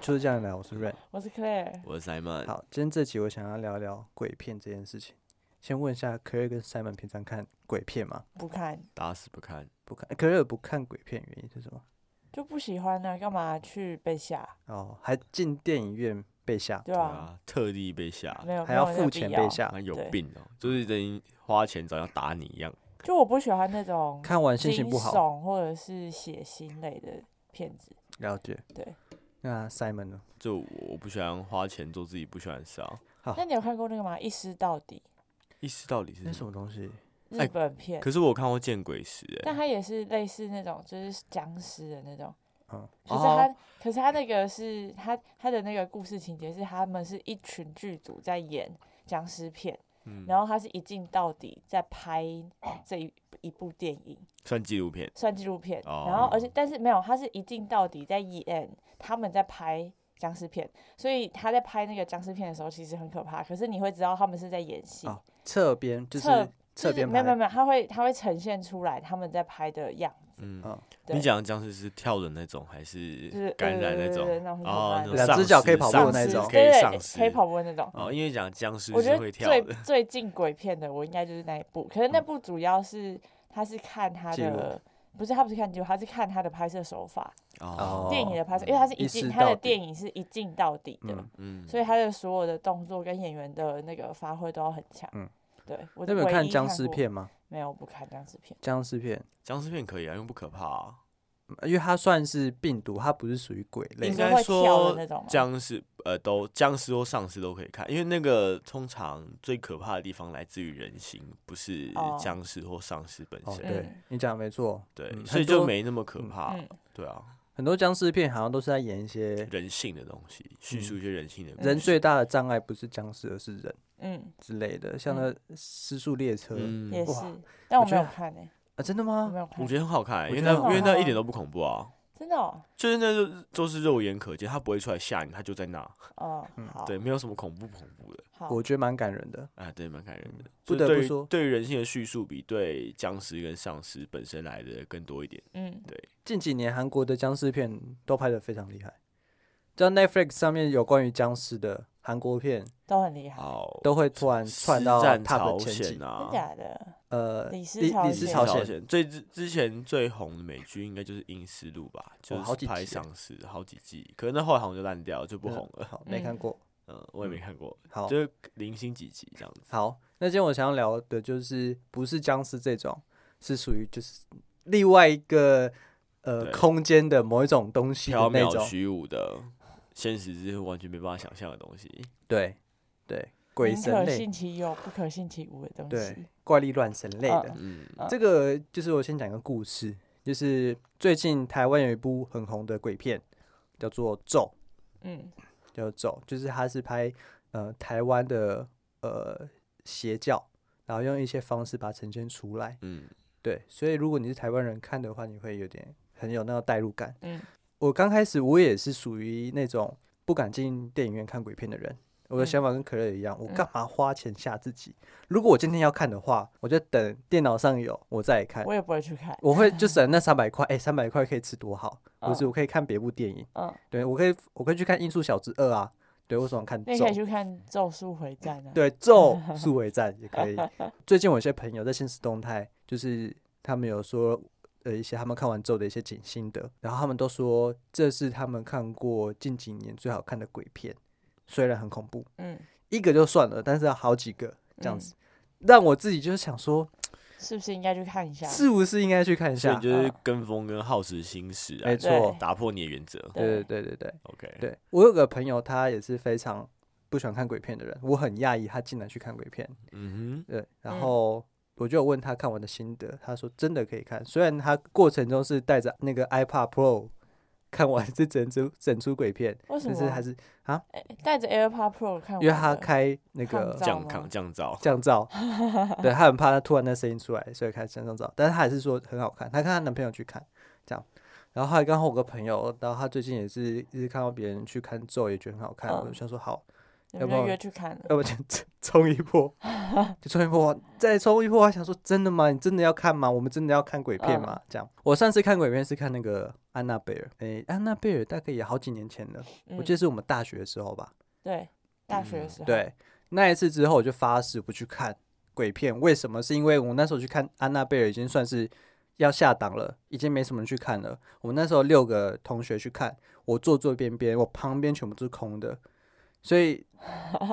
出这样来，我是 Rain。我是 Claire，我是 Simon。好，今天这集我想要聊聊鬼片这件事情。先问一下，Claire 跟 Simon 平常看鬼片吗？不看打死不看，不看。Claire 不看鬼片原因是什么？就不喜欢啊呢，干嘛去被吓？哦，还进电影院被吓，对对吧？啊，特地被吓，没有，啊还没有要那个付必钱要被。吓那。有对病哦、就是等于花钱找要打你一样。就我不喜欢那种看完心惊情不好，悚或者是血腥类的片子。了解。对，那 Simon 呢？就我我不喜欢花钱做自己不喜欢的事啊。好那，你有看过那个吗？一尸到底意识到底是那什什么？么东西？日哎本片，可是我看过《见鬼时、欸》但它也是类似那种就是僵尸的那种。嗯，可是他，可是他那个是他他的那个故事情节是他们是一群剧组在演僵尸片，嗯然后他是一镜到底在拍这一一部电影，算纪录片，算纪录片。然哦后而且但是没有，他是一镜到底在演他们在拍僵尸片，所以他在拍那个僵尸片的时候其实很可怕，可是你会知道他们是在演戏。哦，侧边就是侧侧就是边没有没拍。有没有，他会他会呈现出来他们在拍的样子，嗯，嗯，对你讲的僵尸是跳的那种，还就是是感染那种呃那种很？可怕哦的，那种两只丧尸脚可以跑步的丧那尸种可对以对丧，尸，可以跑步的那种。哦，因为讲僵尸我觉是得会跳的最 最近鬼片的，我应该就是那一部。可是那部主要是他是看他嗯记录的，不是他不是看记录，他是看他的拍摄手法，哦，电影的拍摄，因为他是一一视镜，他的嗯到底电影是一镜到底的，嗯嗯，所以他的所有的动作跟演员的那个发挥都要很强。嗯对，我那唯没有一看看僵尸过？片吗？没有，不看僵尸片。僵尸片，僵尸片可以啊，因为不可怕、啊。嗯因为它算是病毒，它不是属于鬼类应你的。说该会跳的说那种吗？啊僵尸呃，都僵尸或丧尸都可以看，因为那个通常最可怕的地方来自于人心，不是哦僵尸或丧尸本哦，身。对嗯你讲得没错，对，嗯所以很多就没那么可嗯怕。嗯对啊，很多僵尸片好像都是在演一些人性的东西，叙嗯述一些人性的故人事最大的障碍不是僵尸，而是人嗯，之类的，像那嗯《失速列车》也嗯，是哇，但我我觉没有得看诶，啊，真的我没吗？有看我，觉得很好看，欸因为觉那得因很为好那看一啊点都不恐怖啊，真的哦，就是那就就是肉眼可见，它不会出来吓你，它就在那，嗯，嗯好，对，没有什么恐怖不恐怖的好，我觉得蛮感人的。啊，对，蛮感人的。嗯不就是得不对于说对于人性的叙述比对僵尸跟丧尸本身来的更多一点。嗯，近几年韩国的僵尸片都拍得非常厉害，像 Netflix 上面有关于僵尸的韩国片，都很厉啊害，好，都会突然窜到实战 Top 朝前几鲜。啊真，假的？呃，李李斯朝李斯鲜朝朝鲜，鲜最之之前最红的美剧应该就是《阴尸路》吧，就好是几拍集丧尸好几季，可是那后来好像就烂掉了，就不嗯红了。好，没看嗯过。嗯，我也没看过，好，就是零星几集这样子。好，那今天我想要聊的就是不是僵尸这种，是属于就是另外一个呃对空间的某一种东西的缥那缈种，虚无的，现实是完全没办法想象的东西。对对，鬼宁神可类信，其有，不可信其无的东对西。怪力乱神类的。嗯，嗯这个就是我先讲一个故事，就是最近台湾有一部很红的鬼片，叫做《咒》，嗯，叫做《咒》，就是它是拍呃台湾的呃邪教，然后用一些方式把它呈现出来。嗯，对，所以如果你是台湾人看的话，你会有点很有那个代入感。嗯，我刚开始我也是属于那种不敢进电影院看鬼片的人，我的嗯想法跟可乐一样，我嗯干嘛花钱吓自己？如果我今天要看的话，我就等电脑上有我再来看。我也不会去看。哎我会就省那三百块，哎、三百块可以吃多好，或是嗯我可以看别部电影，嗯，对我可以，我可以去看《音速小子二》啊，对，为什么看那你可以咒？去看《咒术回战》啊。，对，咒速回战也可以。最近我有些朋友在现实动态，就是他们有说，呃，一些他们看完咒的一些景心得，然后他们都说这是他们看过近几年最好看的鬼片，虽然很恐怖，嗯，一个就算了，但是要好几个这样子，让我自己就是想说，是不是应该去看一下？是不是应该去看一所以下？啊就是跟风跟好奇心使没然，错，打破你的原则。对对对对对。 OK，对我有个朋友，他也是非常不喜欢看鬼片的人，我很讶异他竟然去看鬼片。嗯对，嗯然后我就有问他看完的心得，他说真的可以看，虽然他过程中是带着那个 iPad Pro 看完 这整出整出鬼片，为什但是么还？是哎带着 AirPod Pro 看完的，因为他开那抗个哼，噪降吗抗降噪，降 噪，对他很怕他突然那声音出来，所以开降噪。但是他还是说很好看，他看他男朋友去看这样。然后后来刚好我个朋友，然后他最近也是一直看到别人去看咒，也觉得很好看，我嗯就想说好，你要们不就然约去看了。要呃不就冲一波，就冲一波，再冲一波。还想说，真的吗？你真的要看吗？我们真的要看鬼片吗？这样，我上次看鬼片是看那个安娜贝尔，诶、安娜贝尔大概也好几年前了，我记嗯、得是我们大学的时候吧。对，大学的时候，，嗯对，那一次之后我就发誓不去看鬼片，为什么？是因为我那时候去看安娜贝尔已经算是要下档了，已经没什么人去看了。我们那时候六个同学去看，我坐坐边边，我旁边全部都是空的，所以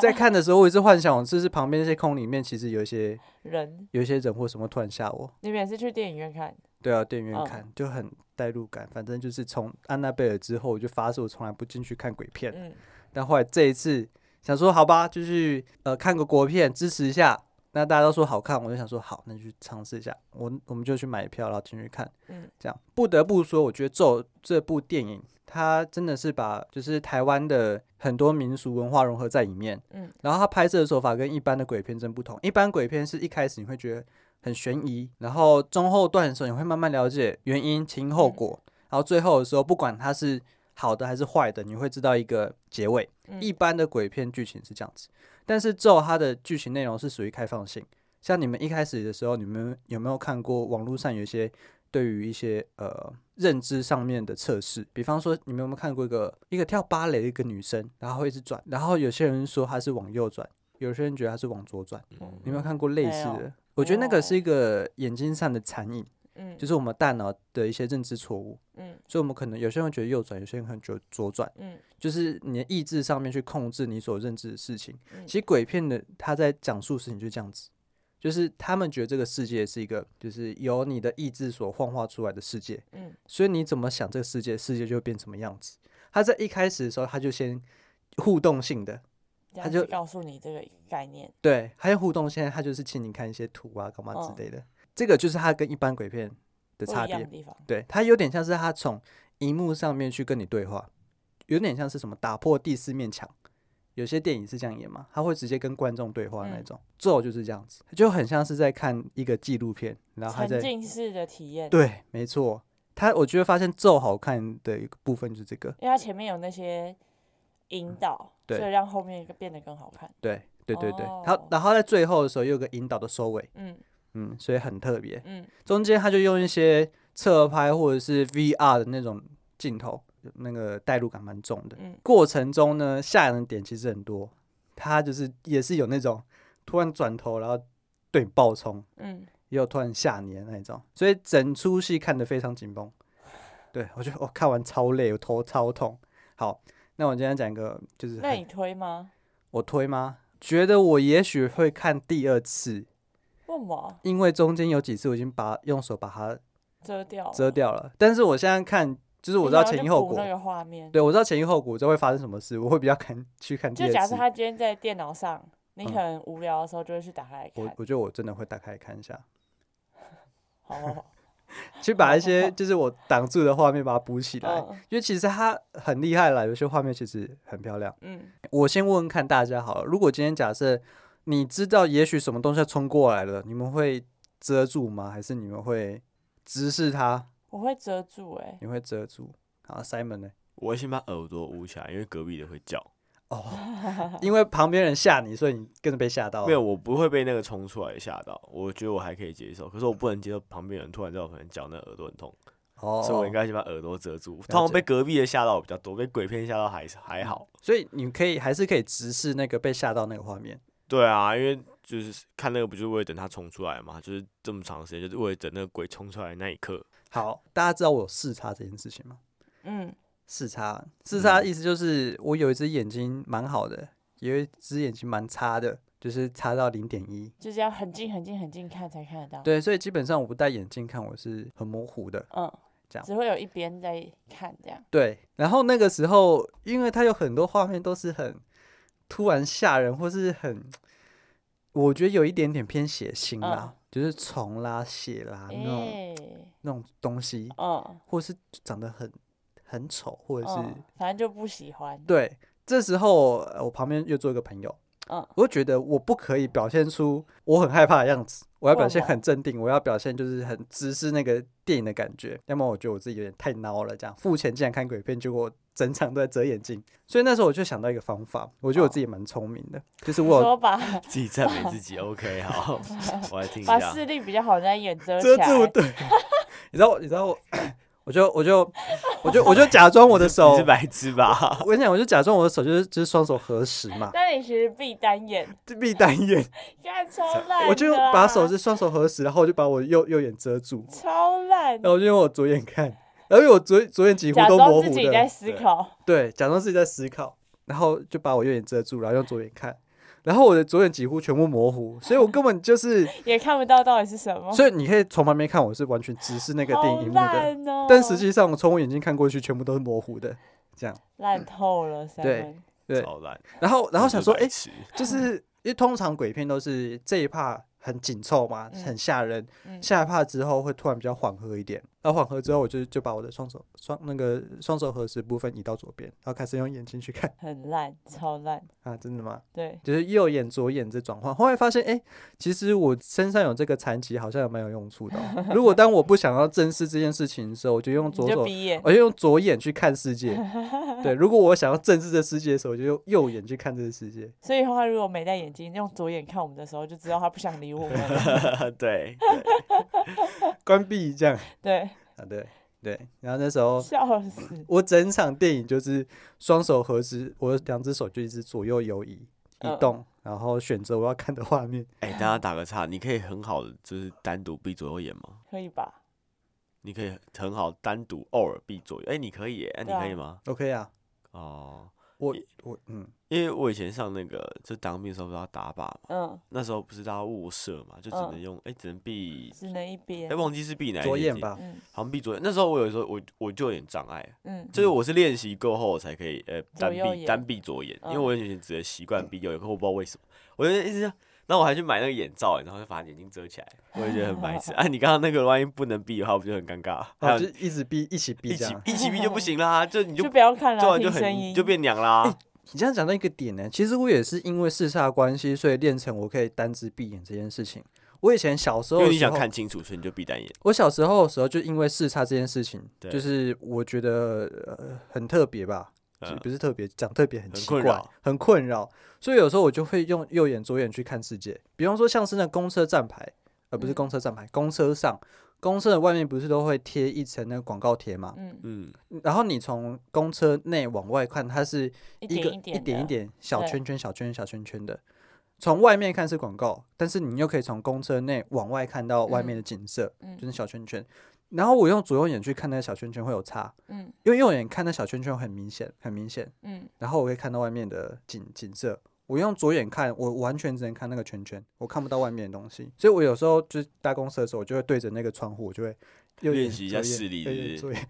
在看的时候，我一直幻想，我就是旁边那些空里面，其实有一些人有一些人或什么会突然吓我。你们也是去电影院看，对啊，电影院嗯看、就很代入感。反正就是从安娜贝尔之后，我就发誓我从来不进去看鬼片。嗯，但后来这一次想说，好吧，就是呃看个国片支持一下。那大家都说好看，我就想说好，那就去尝试一下。我我们就去买票，然后进去看。嗯，这样不得不说，我觉得《咒》这部电影，它真的是把就是台湾的很多民俗文化融合在里面。嗯，然后它拍摄的手法跟一般的鬼片真不同。一般鬼片是一开始你会觉得很悬疑，然后中后段的时候你会慢慢了解原因、前因后嗯果，然后最后的时候不管它是好的还是坏的，你会知道一个结尾。嗯一般的鬼片剧情是这样子，但是咒它的剧情内容是属于开放性。像你们一开始的时候，你们有没有看过网络上有一些对于一些呃认知上面的测试？比方说，你们有没有看过一个一个跳芭蕾的一个女生，然后会一直转，然后有些人说她是往右转，有些人觉得她是往左转。嗯你有没有看过类似没的？我觉得那个是有一个眼睛上的残影，嗯，就是是我们大脑的一些认知错误，嗯所以我们可能有些人会觉得右转，有些人可能觉得左转。嗯就是你的意志上面去控制你所认知的事情。嗯其实鬼片的他在讲述事情就这样子，就是他们觉得这个世界是一个就是由你的意志所幻化出来的世界，嗯所以你怎么想这个世界，世界就会变什么样子。他在一开始的时候，他就先互动性的，这他样就子告诉你这个概念，对，还有互动性，他就是请你看一些图啊、干嘛嗯之类的。这个就是他跟一般鬼片的不差一样别的。地方，对，它有点像是它从荧幕上面去跟你对话，有点像是什么打破第四面墙。有些电影是这样演嘛，它会直接跟观众对话那嗯种。咒、就是这样子，就很像是在看一个纪录片，然后还沉在浸式的体验，，对，没错。它我觉得发现咒好看的一个部分就是这个，因为它前面有那些引导，嗯对所以让后面变得更好看，对对对对。它哦然后在最后的时候又有个引导的收尾，嗯嗯，所以很特别。嗯中间他就用一些侧拍或者是 VR 的那种镜头，那个代入感蛮重的。嗯过程中呢，吓人的点其实很多，他就是也是有那种突然转头然后对你爆冲，嗯，也有突然吓你的那一种，所以整出戏看得非常紧绷。对我觉得我、哦看完超累，我头超痛。好，那我今天讲一个，就是那很你推吗？我推吗？觉得我也许会看第二次，为什么因为中间有几次我已经把用手把它遮掉了？遮掉了，但是我现在看，就是我你知道想要前去因后啊补果，那个画面，对我知道前因后果，我知道会发生什么事，我会比较看去看第就二次。假设他今天在电脑上，你嗯可能无聊的时候就会去打开来我看。我觉得我真的会打开看一下，好好好，去把一些就是我挡住的画面把它补起来，哦嗯因为其实它很厉害啦，有些画面其实很漂亮。 嗯我先问问看大家好了，如果今天假设你知道也许什么东西要冲过来了，你们会遮住吗？还是你们会直视它？我会遮住哎、你会遮住？啊，Simon 呢？我会先把耳朵捂起来，因为隔壁的会叫。 哦，因为旁边人吓你，所以你跟着被吓到了。没有，我不会被那个冲出来吓到，我觉得我还可以接受。可是我不能接受旁边有人突然在我旁边叫，那耳朵很痛，哦，所以我应该先把耳朵遮住。解通常被隔壁的吓到比较多，被鬼片吓到还是还好。所以你可以还是可以直视那个被吓到那个画面。对啊，因为就是看那个，不就是为了等它冲出来嘛？就是这么长时间，就是为了等那个鬼冲出来的那一刻。好，大家知道我有视差这件事情吗？嗯，视差，视差的嗯意思就是我有一只眼睛蛮好的，有一只眼睛蛮差的，就是差到零点一。就这样很近很近很近看才看得到。，对，所以基本上我不戴眼镜看，我是很模糊的。嗯，这样只会有一边在看这样。对，然后那个时候，因为它有很多画面都是很突然吓人，或是很，我觉得有一点点偏血腥啦，就是虫啦、血啦那种、诶、那种东西。嗯或是长得很很丑，或者是、嗯，反正就不喜欢。对。这时候呃我旁边又坐一个朋友，嗯，我就觉得我不可以表现出我很害怕的样子，我要表现为什么很镇定，我要表现就是很直视那个电影的感觉，要么我觉得我自己有点太孬了，这样付钱竟然看鬼片，结果整场都在遮眼睛，所以那时候我就想到一个方法，我觉得我哦自己蛮聪明的，就是我啊有说把自己赞美 自己。OK，好，我来听一把下。视力比较好的那一眼遮遮起住来。对， 你知道我你知道我我就我就我就我就假装我的手你是，白痴 吧？我跟你讲，我就假装我的手就是就是双手合十 嘛，但你其实闭单眼，闭单眼，干超烂的啦，啊我就把手是双手合十，然后我就把我右右眼遮住，超烂，然后就用我左眼看，然后因为我左左眼几乎假呃都装模自糊己在的，思考，对，假装自己在思考，然后就把我右眼遮住，然后用左眼看，然后我的左眼几乎全部模糊，所以我根本就是，也看不到到底是什么。所以你可以从旁边看，我是完全直视那个电影哦好荧幕的，烂哦！但实际上我从我眼睛看过去，全部都是模糊的，这样。烂透了，三对分对超烂。然后，然后想说，哎、真是白痴 就是因为通常鬼片都是这一趴很紧凑嘛，很吓人，嗯下一趴之后会突然比较缓和一点，然后缓和之后，我就就把我的双手双那个双手合十部分移到左边，然后开始用眼睛去看很烂，超烂。啊，真的吗？对，就是右眼左眼这转换，后来发现，哎、其实我身上有这个残疾，好像也蛮有用处的哦、如果当我不想要正视这件事情的时候，我就用你左就手。闭眼，我就用左眼去看世 界，对。如果我想要正视这世界的时候，我就用右眼去看这个世界。所以以后他如果没戴眼镜，用左眼看我们的时候，就知道他不想理我们了。 对，关闭这样对，啊，对对。然后那时候笑死。我整场电影就是双手合十，我的两只手就一直左右游移移嗯动，然后选择我要看的画面。哎、大家打个岔，你可以很好的就是单独闭左右眼吗？可以吧？你可以很好单独偶尔闭左右，哎、你可以耶，哎、你对啊可以吗？ OK 啊，哦，我也我嗯，因为我以前上那个就当兵的时候不是要打靶嘛，嗯，那时候不是大家卧射嘛，就只能嗯用哎、只能闭，只能一哎、边。忘记是闭哪一左只眼，吧，哦嗯好像闭左眼。那时候我有时候我我就有点障碍，嗯，就是我是练习过后我才可以呃单右臂眼单臂左眼，因为嗯我以前只能习惯闭右眼，可我不知道为什么，我就一直这样。然后我还去买那个眼罩，然后就把眼睛遮起来， 我也觉得很白痴啊！你刚刚那个万一不能闭的话，不就很尴尬？还哦，有就啊一直逼一起逼一这起样。一起闭就不行啦，就 你就就不要看做了，完就听声很音就变娘啦。你这样讲到一个点呢、其实我也是因为视差关系，所以练成我可以单只闭眼这件事情。我以前小时因候的为你时想候看清楚，所以你就闭单眼。我小时候的时候，就因为视差这件事情，对就是我觉得、呃、很特别吧，嗯就不是特别讲特别很很奇困怪扰，很困扰。所以有时候我就会用右眼、左眼去看世界。比方说，像是那公车站牌，呃，不是嗯公车站牌，公车上，公车的外面不是都会贴一层那个广告贴嘛？嗯，嗯，然后你从公车内往外看，它是一一个点一点一一的，点小对圈圈、小圈圈、小圈圈的。从外面看是广告，但是你又可以从公车内往外看到外面的景色，嗯就是小圈圈。然后我用左右眼去看那个小圈圈会有差，嗯因为右眼看那小圈圈很明显，很明显。嗯，然后我会看到外面的景景色。我用左眼看，我完全只能看那个圈圈，我看不到外面的东西。所以我有时候就是搭公车的时候，我就会对着那个窗户，我就会右眼练习一下左眼视力右是眼不左 眼。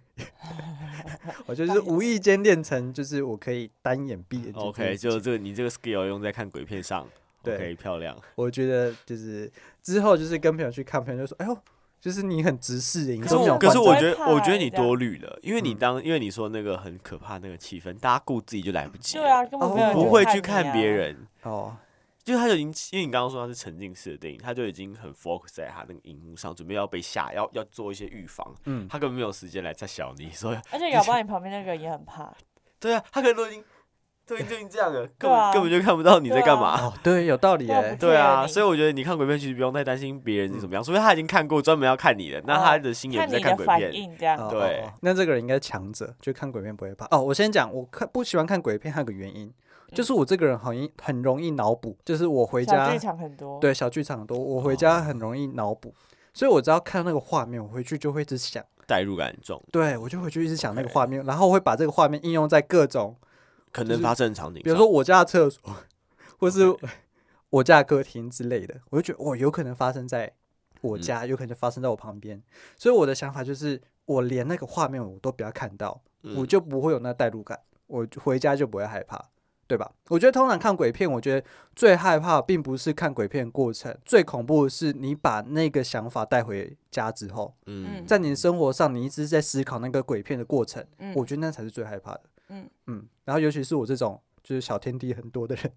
我就是无意间练成，就是我可以单眼闭眼睛这件 OK，事情。就这个你这个 skill 用在看鬼片上对，OK，漂亮。我觉得就是之后就是跟朋友去看，朋友就说：“哎呦，就是你很直视欸耶，你可都是没有我可换是成。我我觉会得，怕我觉得欸你这样多虑了，因为你嗯当，因为你说那个很可怕那个气氛，大家顾自己就来不及对了，啊，根本哦没有人不会看去你看啊别。人，哦，就是他就已经，因为你刚刚说他是沉浸式的电影，他就已经很 focus 在他那个荧幕上，准备要被吓，要要做一些预防，嗯， 他根本没有时间来再小你，所以而且 搞不好你旁边那个人也很怕，对啊，他可能都已经都已经都已经这样了，根对本、啊根本就看不到你在对啊干嘛。哦，对，有道理对啊耶 不。对啊，你嗯所以我觉得你看鬼片其实不用太担心别人是怎么样，除非他已经看过专门要看你的，那他的心也看不在你看的鬼反片。应这样。哦哦对哦那这个人应该强者，就看鬼片不会怕。哦，我先讲，我看不喜欢看鬼片，还有个原因，就是我这个人很易很容易脑补，就是我回嗯小家剧场很多，对小剧场多，我回家很容易脑补，所以我只要看到那个画面，我回去就会一直想，代入感很重，对我就回去一直想那个 OK 画面，然后我会把这个画面应用在各种，可就能是发生的场景上，比如说我家的厕所， 或是 OK 我家的客厅之类的，我就觉得我有可能发生在我家，有可能发生在我旁边，所以我的想法就是，我连那个画面我都不要看到。嗯我就不会有那代入感，我就回家就不会害怕，对吧？我觉得通常看鬼片，我觉得最害怕的并不是看鬼片的过程，最恐怖的是你把那个想法带回家之后，嗯嗯在你的生活上，你一直在思考那个鬼片的过程，嗯我觉得那才是最害怕的。嗯嗯，然后尤其是我这种就是小天地很多的人，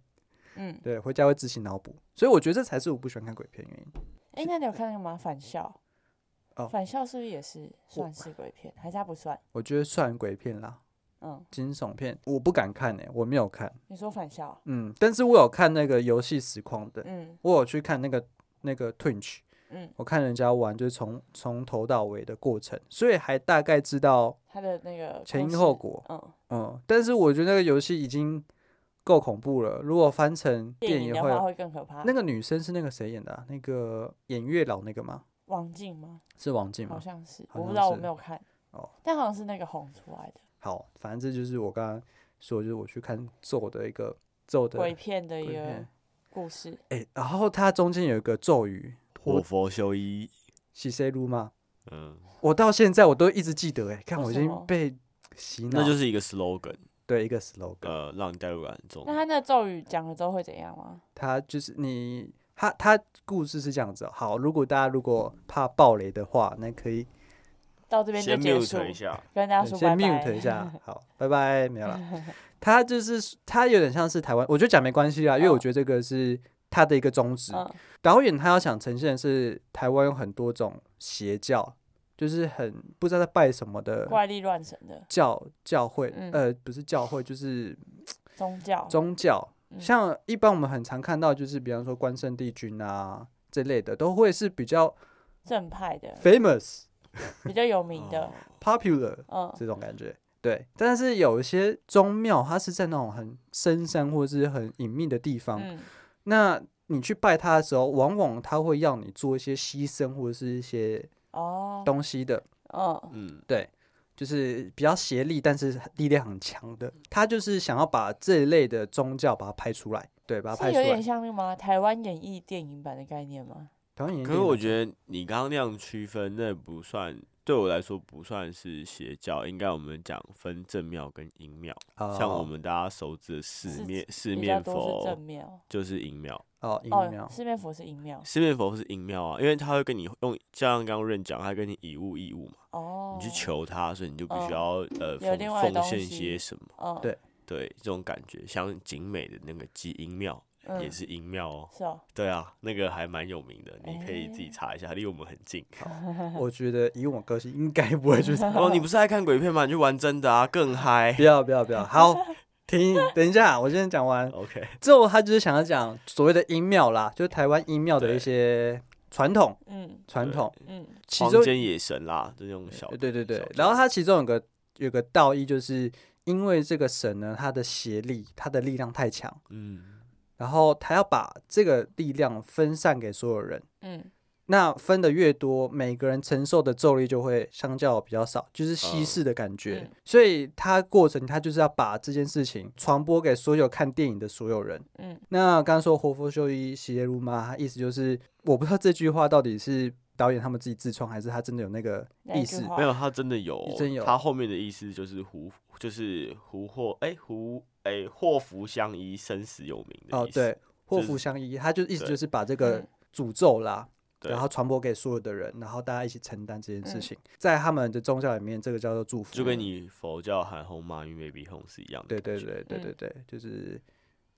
嗯，对，回家会自行脑补，所以我觉得这才是我不喜欢看鬼片的原因。哎、那你有看那个吗？返校？哦返校是不是也是算是鬼片？还是它不算？我觉得算鬼片啦，嗯，惊悚片我不敢看诶、我没有看，你说返校？嗯，但是我有看那个游戏实况的，呃嗯我有去看那个那个 Twitch，嗯，我看人家玩就是从从头到尾的过程，所以还大概知道它的那个前故因事后。果，嗯，嗯，但是我觉得那个游戏已经够恐怖了，如果翻成电电影影的会话有。会更可怕。那个女生是那个谁演的、啊？那个演月老那个吗？王静吗？是王静好吗？像是，好我像不知道，我是没有看。哦，但好像是那个红出来的好，反正这就是我刚刚说，就是我去看咒的一个咒的鬼片的鬼一个片。故事。哎、然后它中间有一个咒语，我佛修一，洗谁撸吗？嗯，我到现在我都一直记得、哎，看为我已什经么被洗脑，那就是一个 slogan，对一个 slogan，、呃，让你代入感很重那。他那个咒语讲了之后会怎样吗？它就是你，它它故事是这样子、哦。好，如果大家如果怕暴雷的话，那可以到这边就先结束， mute 一下，跟大家对说拜先拜。 mute 一下，好，拜拜，没有 了。他就是他有点像是台湾，我觉得讲没关系啦，因为我嗯觉得这个是他的一个宗旨。嗯导演他要想呈现的是台湾有很多种邪教，就是很不知道在拜什么的怪力乱神的教教会，嗯呃，不是教会，就是宗教，宗教。嗯像一般我们很常看到，就是比方说关圣帝君啊这类的，都会是比较正派的， famous、比较有名的哦。 popular 嗯，这种感觉。对，但是有一些宗庙，它是在那种很深山或是很隐秘的地方，嗯，那你去拜他的时候，往往他会要你做一些牺牲或者是一些哦，东西的，嗯，嗯，对，就是比较协力，但是力量很强的。嗯他就是想要把这一类的宗教把它拍出来，对，把它是拍出有点来。像那个吗？台湾演义电影版的概念吗？台湾演艺可是我得觉得你刚刚那样区分，那不算对我来说不算是邪教，应该我们讲分正庙跟阴庙，哦像我们大家熟知的四是面四哦比较面多是佛正庙。就是阴庙，哦，疫哦苗，四面佛是阴庙四面佛是阴庙啊，因为他会跟你用，像刚刚润讲，他跟你以物易物嘛，哦，你去求他，所以你就必须哦要呃有奉另外的奉东献西些什么，嗯，对对，这种感觉，像景美的那个基阴庙也嗯，是阴庙哦，是哦，对啊，那个还蛮有名的，你可以自己哎查一下，离我们很近。我觉得以我个性应该不会 去参哦，你不是爱看鬼片吗？你去玩真的啊，更嗨不。要不要不要，好，停，等一下，我先讲完。 OK，之后他就是想要讲所谓的音庙啦，就是台湾音庙的一对些传统嗯传统，嗯，其荒中间野神啦，这种小呃对对对小，然后众他其中有个有个道义，就是因为这个神呢，他的邪力，他的力量太强，嗯，然后他要把这个力量分散给所有人。嗯，那分的越多，每个人承受的咒力就会相较比较少，就是稀嗯释的感觉。嗯所以他过程他就是要把这件事情传播给所有看电影的所有人。嗯，那刚刚说活佛修一邪耶路嘛，他意思就是我不知道这句话到底是导演他们自己自创，还是他真的有那个那意一句思。话没有，他真的有，真有他后面的意思就是胡，就是胡祸，哎、胡，哎、祸福相依，生死有命的哦意，思。对，祸就是福相依，他就意思对就是把这个嗯诅咒啦，对然后传播给所有的人，然后大家一起承担这件嗯事情。在他们的宗教里面，这个叫做祝福。就跟你佛教喊 “Home m Baby Home” 是一样的，对对，对对嗯对对，就是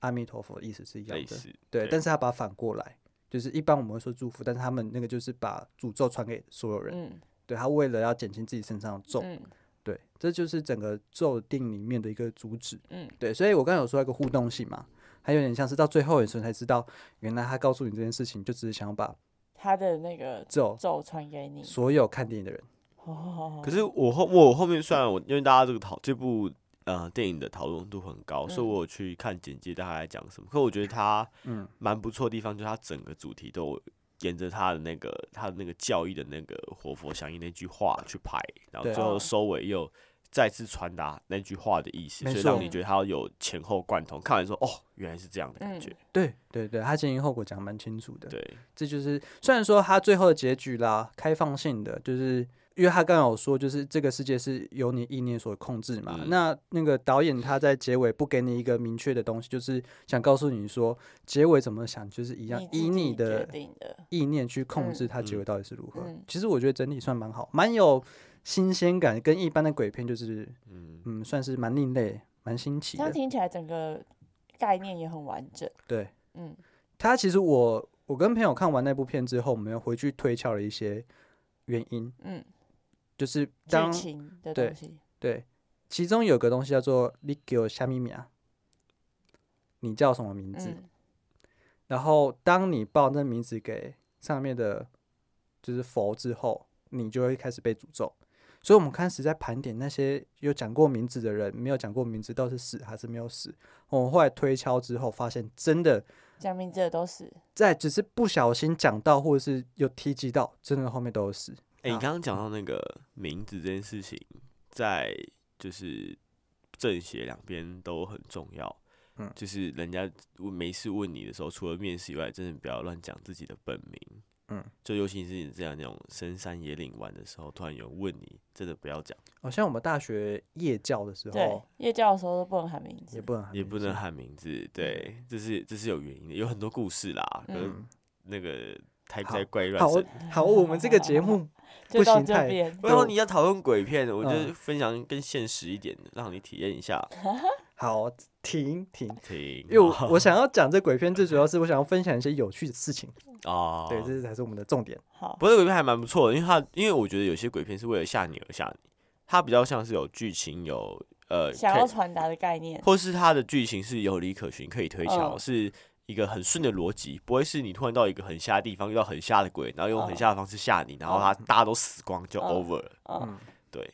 阿弥陀佛的意思是一样类的。似。对，但是他把它反过来，就是一般我们会说祝福，但是他们那个就是把诅咒传给所有人。嗯对他为了要减轻自己身上的咒，嗯对，这就是整个咒定里面的一个主旨。嗯，对，所以我刚刚有说到一个互动性嘛，还有点像是到最后的时候才知道，原来他告诉你这件事情，就只是想要把他的那个咒咒传给你。所有看电影的人，哦，可是我后我后面虽然我因为大家这个讨这部呃电影的讨论度很高，所以嗯我有去看简介大概在讲什么。可我觉得它嗯，蛮不错的地方，就是它整个主题都沿着它的那个它的那个教义的那个活佛响应那句话去拍，然后对最后哦收尾又再次传达那句话的意思，没所以错让你觉得它有前后贯通。看完说哦，原来是这样的感嗯觉，对对对，他前因后果讲得蛮清楚的。对，这就是虽然说他最后的结局啦，开放性的，就是因为他刚刚有说，就是这个世界是由你意念所控制嘛。嗯那那个导演他在结尾不给你一个明确的东西，就是想告诉你说结尾怎么想，就是一样你自依己你决的定的，意念去控嗯制它结尾到底是如何。嗯其实我觉得整体算蛮好，蛮有新鲜感，跟一般的鬼片就是嗯，嗯，算是蛮另类、蛮新奇这样的。听起来整个概念也很完整。对，嗯，他其实我我跟朋友看完那部片之后，我们又回去推敲了一些原因，嗯，就是剧当情的对东西，对，其中有个东西叫做“你给我虾米米啊”，你叫什么名字？嗯然后当你报那名字给上面的，就是佛之后，你就会开始被诅咒。所以，我们开始在盘点那些有讲过名字的人，没有讲过名字，到底是死还是没有死。我们后来推敲之后，发现真的讲名字的都是在只是不小心讲到，或者是有提及到，真的后面都有死。哎、你啊刚刚讲到那个名字这件事情，在就是正邪两边都很重要。嗯就是人家问没事问你的时候，除了面试以外，真的不要乱讲自己的本名。嗯，就尤其是你这样那种深山野岭玩的时候，突然有人问你，真的不要讲，好、像我们大学夜教的时对候，夜教的时候都不能喊名也字，不能喊也名不字能喊名字。对，这是这是有原因的，有很多故事啦。可是嗯那个太好太怪乱好神。好，我们这个节目就不到行这太边。不然你要讨论鬼片，我就嗯是分享更现实一点的，让你体验一 下。好停停，停因为我我想要讲这鬼片，最主要是我想要分享一些有趣的事情，哦，对，这才是我们的重点。好，不是鬼片还蛮不错的，因为它因为我觉得有些鬼片是为了吓你而吓你，它比较像是有剧情有呃，想要可以传达的概念，或是它的剧情是有理可循，可以推敲，嗯是一个很顺的逻辑，不会是你突然到一个很瞎的地方遇到很瞎的鬼，然后用很嗯瞎的方式吓你，然后他大家都死光就嗯 over 了，啊嗯，对，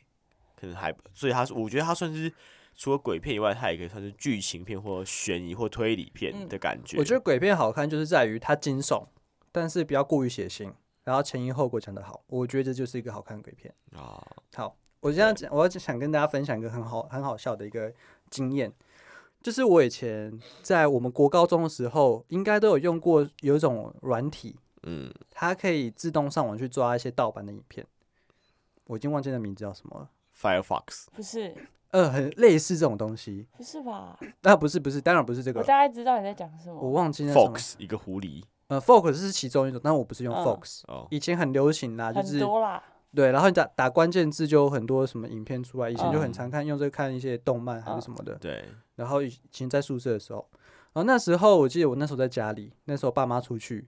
可能还所以它是我觉得它算是。除了鬼片以外，它也可以算是剧情片或悬疑或推理片嗯的感觉。我觉得鬼片好看就是在于它惊悚，但是不要过于血腥，然后前因后果讲得好，我觉得这就是一个好看的鬼片。得啊，好，我现在讲，我要想跟大家分享一个很好很好笑的一个经验，就是我以前在我们国高中的时候，应该都有用过有一种软体，嗯，它可以自动上网去抓一些盗版的影片，我已经忘记那名字叫什么了。 Firefox 不是，呃，很类似这种东西，不是吧？那、不是不是，当然不是这个我，大概知道你在讲什我么。忘记那什么。 Fox 一个狐狸呃，Fox 是其中一种，但我不是用嗯 Fox，、哦，以前很流行啦，就很是多啦，对，然后你打打关键字就有很多什么影片出来，以前就很嗯常看，用这个看一些动漫还是嗯什么的。对，然后以前在宿舍的时候，然后那时候我记得我那时候在家里，那时候爸妈出去，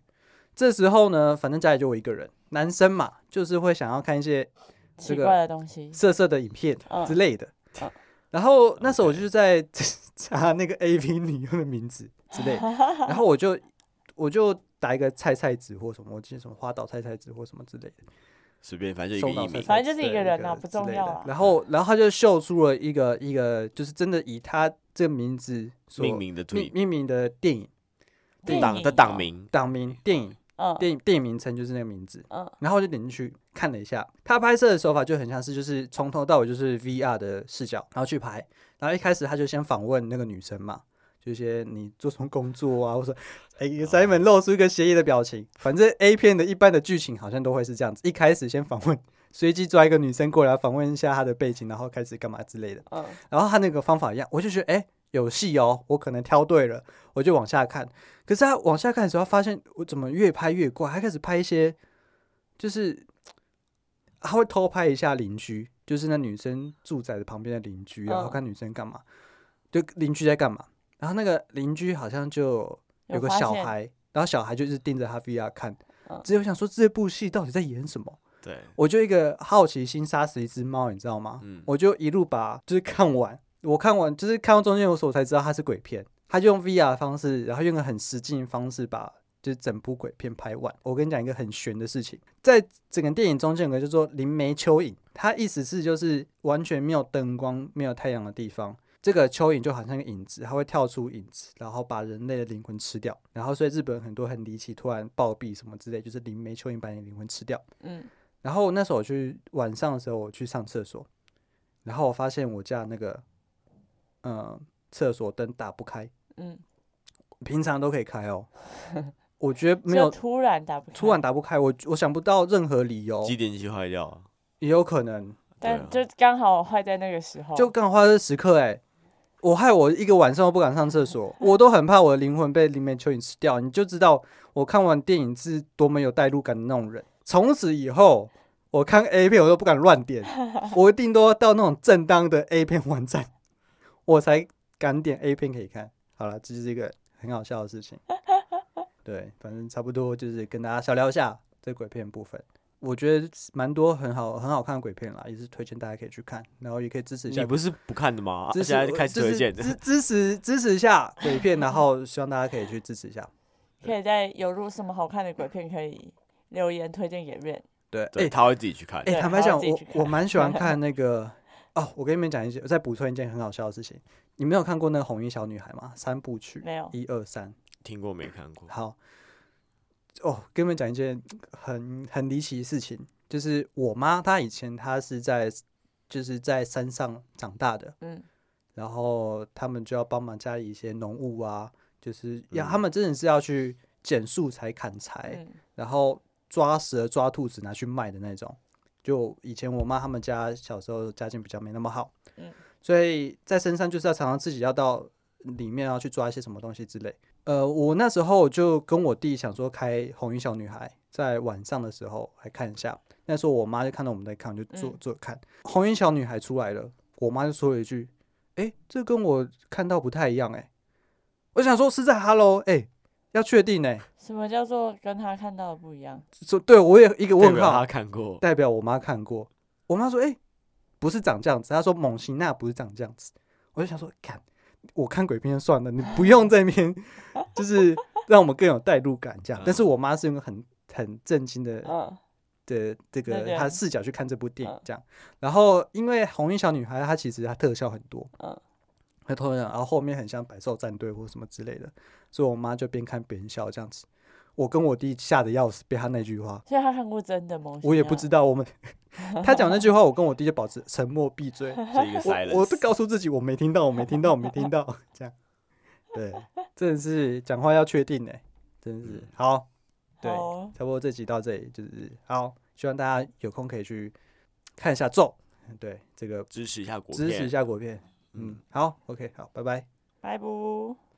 这时候呢，反正家里就我一个人，男生嘛，就是会想要看一些奇个怪的东西。色色的影片嗯之类的。嗯然后那时候我就是在 查那个 A P 女优的名字之 类的，然后我就我就打一个菜菜子或什么，我记得什么花岛菜菜子或什么之类的，随便反正就松一个岛艺菜菜名子，反正就是一对个人啊之不重类要的啊然后然后他就秀出了一个一个，就是真的以他这个名字所命名的命对命名的电影电党影的啊党，名，党名电影嗯电影电影名称就是那个名字，嗯然后我就点进去看了一下，他拍摄的手法就很像是就是从头到尾就是 VR 的视角，然后去拍，然后一开始他就先访问那个女生嘛，就一些你做什么工作啊，或者哎 Simon 露出一个邪异的表情，反正 A 片的一般的剧情好像都会是这样子，一开始先访问，随机抓一个女生过来访问一下她的背景，然后开始干嘛之类的。嗯，然后他那个方法一样，我就觉得哎、诶有戏哦，我可能挑对了，我就往下看。可是他往下看的时候，他发现我怎么越拍越怪，他开始拍一些，就是他会偷拍一下邻居，就是那女生住宅的旁边的邻居，然后嗯看女生干嘛，就邻居在干嘛。然后那个邻居好像就有个发小现，孩，然后小孩就是盯着他 VR 看嗯，只有想说这部戏到底在演什么。对，我就一个好奇心杀死一只猫，你知道吗？嗯我就一路把就是看完， 我看完就是看到中间，我所才知道它是鬼片。他就用 VR 的方式，然后用个很实劲的方式把就是整部鬼片拍完。我跟你讲一个很悬的事情，在整个电影中间有个叫做灵媒蚯蚓，它意思是就是完全没有灯光、没有太阳的地方。这个蚯蚓就好像个影子，它会跳出影子，然后把人类的灵魂吃掉。然后所以日本很多很离奇，突然暴毙什么之类，就是灵媒蚯蚓把你的灵魂吃掉。嗯，然后那时候我去晚上的时候，我去上厕所，然后我发现我家那个，呃，厕所灯打不开，嗯，平常都可以开 哦。我觉得没就有突然打不开，突然，打不开，我我想不到任何理由，机电机坏掉了，也有可能但对就刚好坏在那个时候，啊就更花这时刻哎、我害我一个晚上都不敢上厕所，我都很怕我的灵魂被灵媒蚯蚓吃掉。你就知道我看完电影是多么有代入感的那种人。从此以后，我看 A 片我都不敢乱点，我一定都要到那种正当的 A 片网站，我才敢点 A 片可以看。好了，这就是一个很好笑的事情。对，反正差不多就是跟大家小聊一下这鬼片部分。我觉得蛮多很好很好看的鬼片啦，也是推荐大家可以去看，然后也可以支持一下你。不是不看的吗？啊支持现在开始支持推荐的，支支持支持一 下鬼片，然后希望大家可以去支持一下。可以在有入什么好看的鬼片可以留言推荐给 Rain。对，哎对，他会自己去看。哎、对坦还白要讲，自己我去看我蛮喜 欢看那个哦。我跟你们讲一些，我再补充一件很好笑的事情。你没有看过那个《红衣小女孩》吗？三部曲，没有一二三。听过没看过？好，哦，跟你们讲一件很很离奇的事情，就是我妈她以前她是在就是在山上长大的，嗯，然后他们就要帮忙家里一些农务啊，就是要、他们真的是要去捡素材、砍柴，嗯，然后抓蛇、抓兔子拿去卖的那种。就以前我妈他们家小时候家境比较没那么好，嗯所以在身上就是要常常自己要到里面要去抓一些什么东西之类。呃，我那时候就跟我弟想说开《红衣小女孩》，在晚上的时候来看一下。那时候我妈就看到我们在看，就坐嗯坐着看。红衣小女孩》出来了，我妈就说了一句：“诶，这跟我看到不太一样诶，我想说是在 Hello 诶，要确定诶，什么叫做跟他看到的不一样？说对我也一个代问表号。他看过，代表我妈看过。我妈说：“哎、不是长这样子。”她说：“蒙辛娜不是长这样子。”我就想说，看我看鬼片就算了，你不用这边就是让我们更有代入感这样。但是我妈是用很很震惊的嗯的这对个对她视角去看这部电影嗯这样。然后因为红衣小女孩她其实她特效很多，嗯，她特效，然后后面很像百兽战队或什么之类的，所以我妈就边看边笑这样子。我跟我弟吓得要死，被她那句话。所以他看过真的吗？我也不知道，我们他讲那句话，我跟我弟就保持沉默，闭嘴。是一个我我都 silence。告诉自己我没听到，我没听到，我没听到，这样。对，真的是讲话要确定哎、真的是嗯好。对，好差不多这集到这里就是好，希望大家有空可以去看一下咒，对这个支持一下国支持一嗯片，嗯下国片，嗯，好，OK，好，拜拜。拜拜。